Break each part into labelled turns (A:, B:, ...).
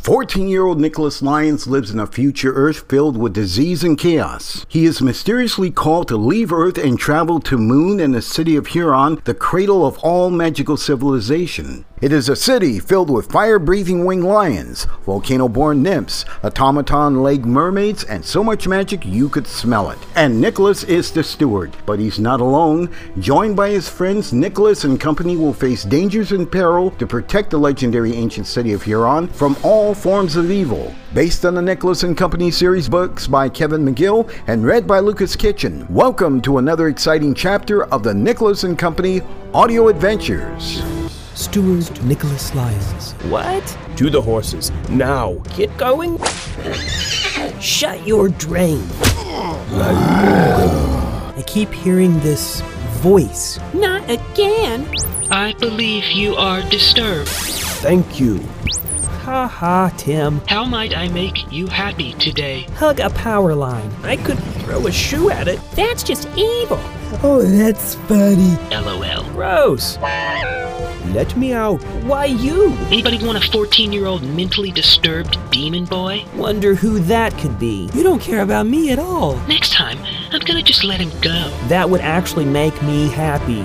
A: 14 year old Nicholas Lyons lives in a future Earth filled with disease and chaos. He is mysteriously called to leave Earth and travel to Moon and the city of Huron, the cradle of all magical civilization. It is a city filled with fire breathing winged lions, volcano born nymphs, automaton leg mermaids, and so much magic you could smell it. And Nicholas is the steward, but he's not alone. Joined by his friends, Nicholas and company will face dangers and peril to protect the legendary ancient city of Huron from all forms of evil. Based on the Nicholas and Company series books by Kevin McGill and read by Lucas Kitchen, welcome to another exciting chapter of the Nicholas and Company audio adventures.
B: Steward Nicholas Lyons.
C: What?
D: To the horses, now!
C: Get going? Shut your drain.
B: I keep hearing this voice.
C: Not again.
E: I believe you are disturbed.
D: Thank you!
B: Ha ha, Tim.
E: How might I make you happy today?
B: Hug a power line.
C: I could throw a shoe at it. That's just evil.
B: Oh, that's funny.
E: LOL.
B: Gross.
D: Let me out!
B: Why you?
E: Anybody want a 14 year old mentally disturbed demon boy?
B: Wonder who that could be. You don't care about me at all.
E: Next time, I'm gonna just let him go.
B: That would actually make me happy.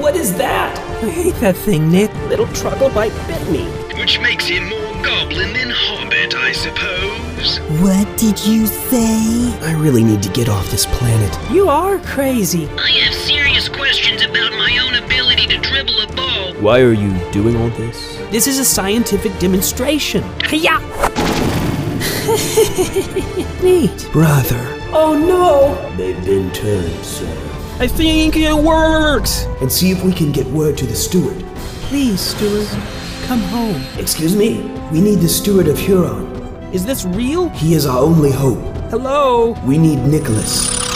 B: What is that? I hate that thing, Nick. Little troglodyte bit me.
F: Which makes him more goblin than hobbit, I suppose.
G: What did you say?
B: I really need to get off this planet. You are crazy.
F: I have serious questions about my own ability to dribble a ball.
D: Why are you doing all this?
B: This is a scientific demonstration.
C: Hiya!
B: Neat. Brother. Oh no!
D: They've been turned, sir.
B: I think it works!
D: And see if we can get word to the steward.
B: Please, Steward, come home.
D: Excuse me? We need the steward of Huron.
B: Is this real?
D: He is our only hope.
B: Hello?
D: We need Nicholas.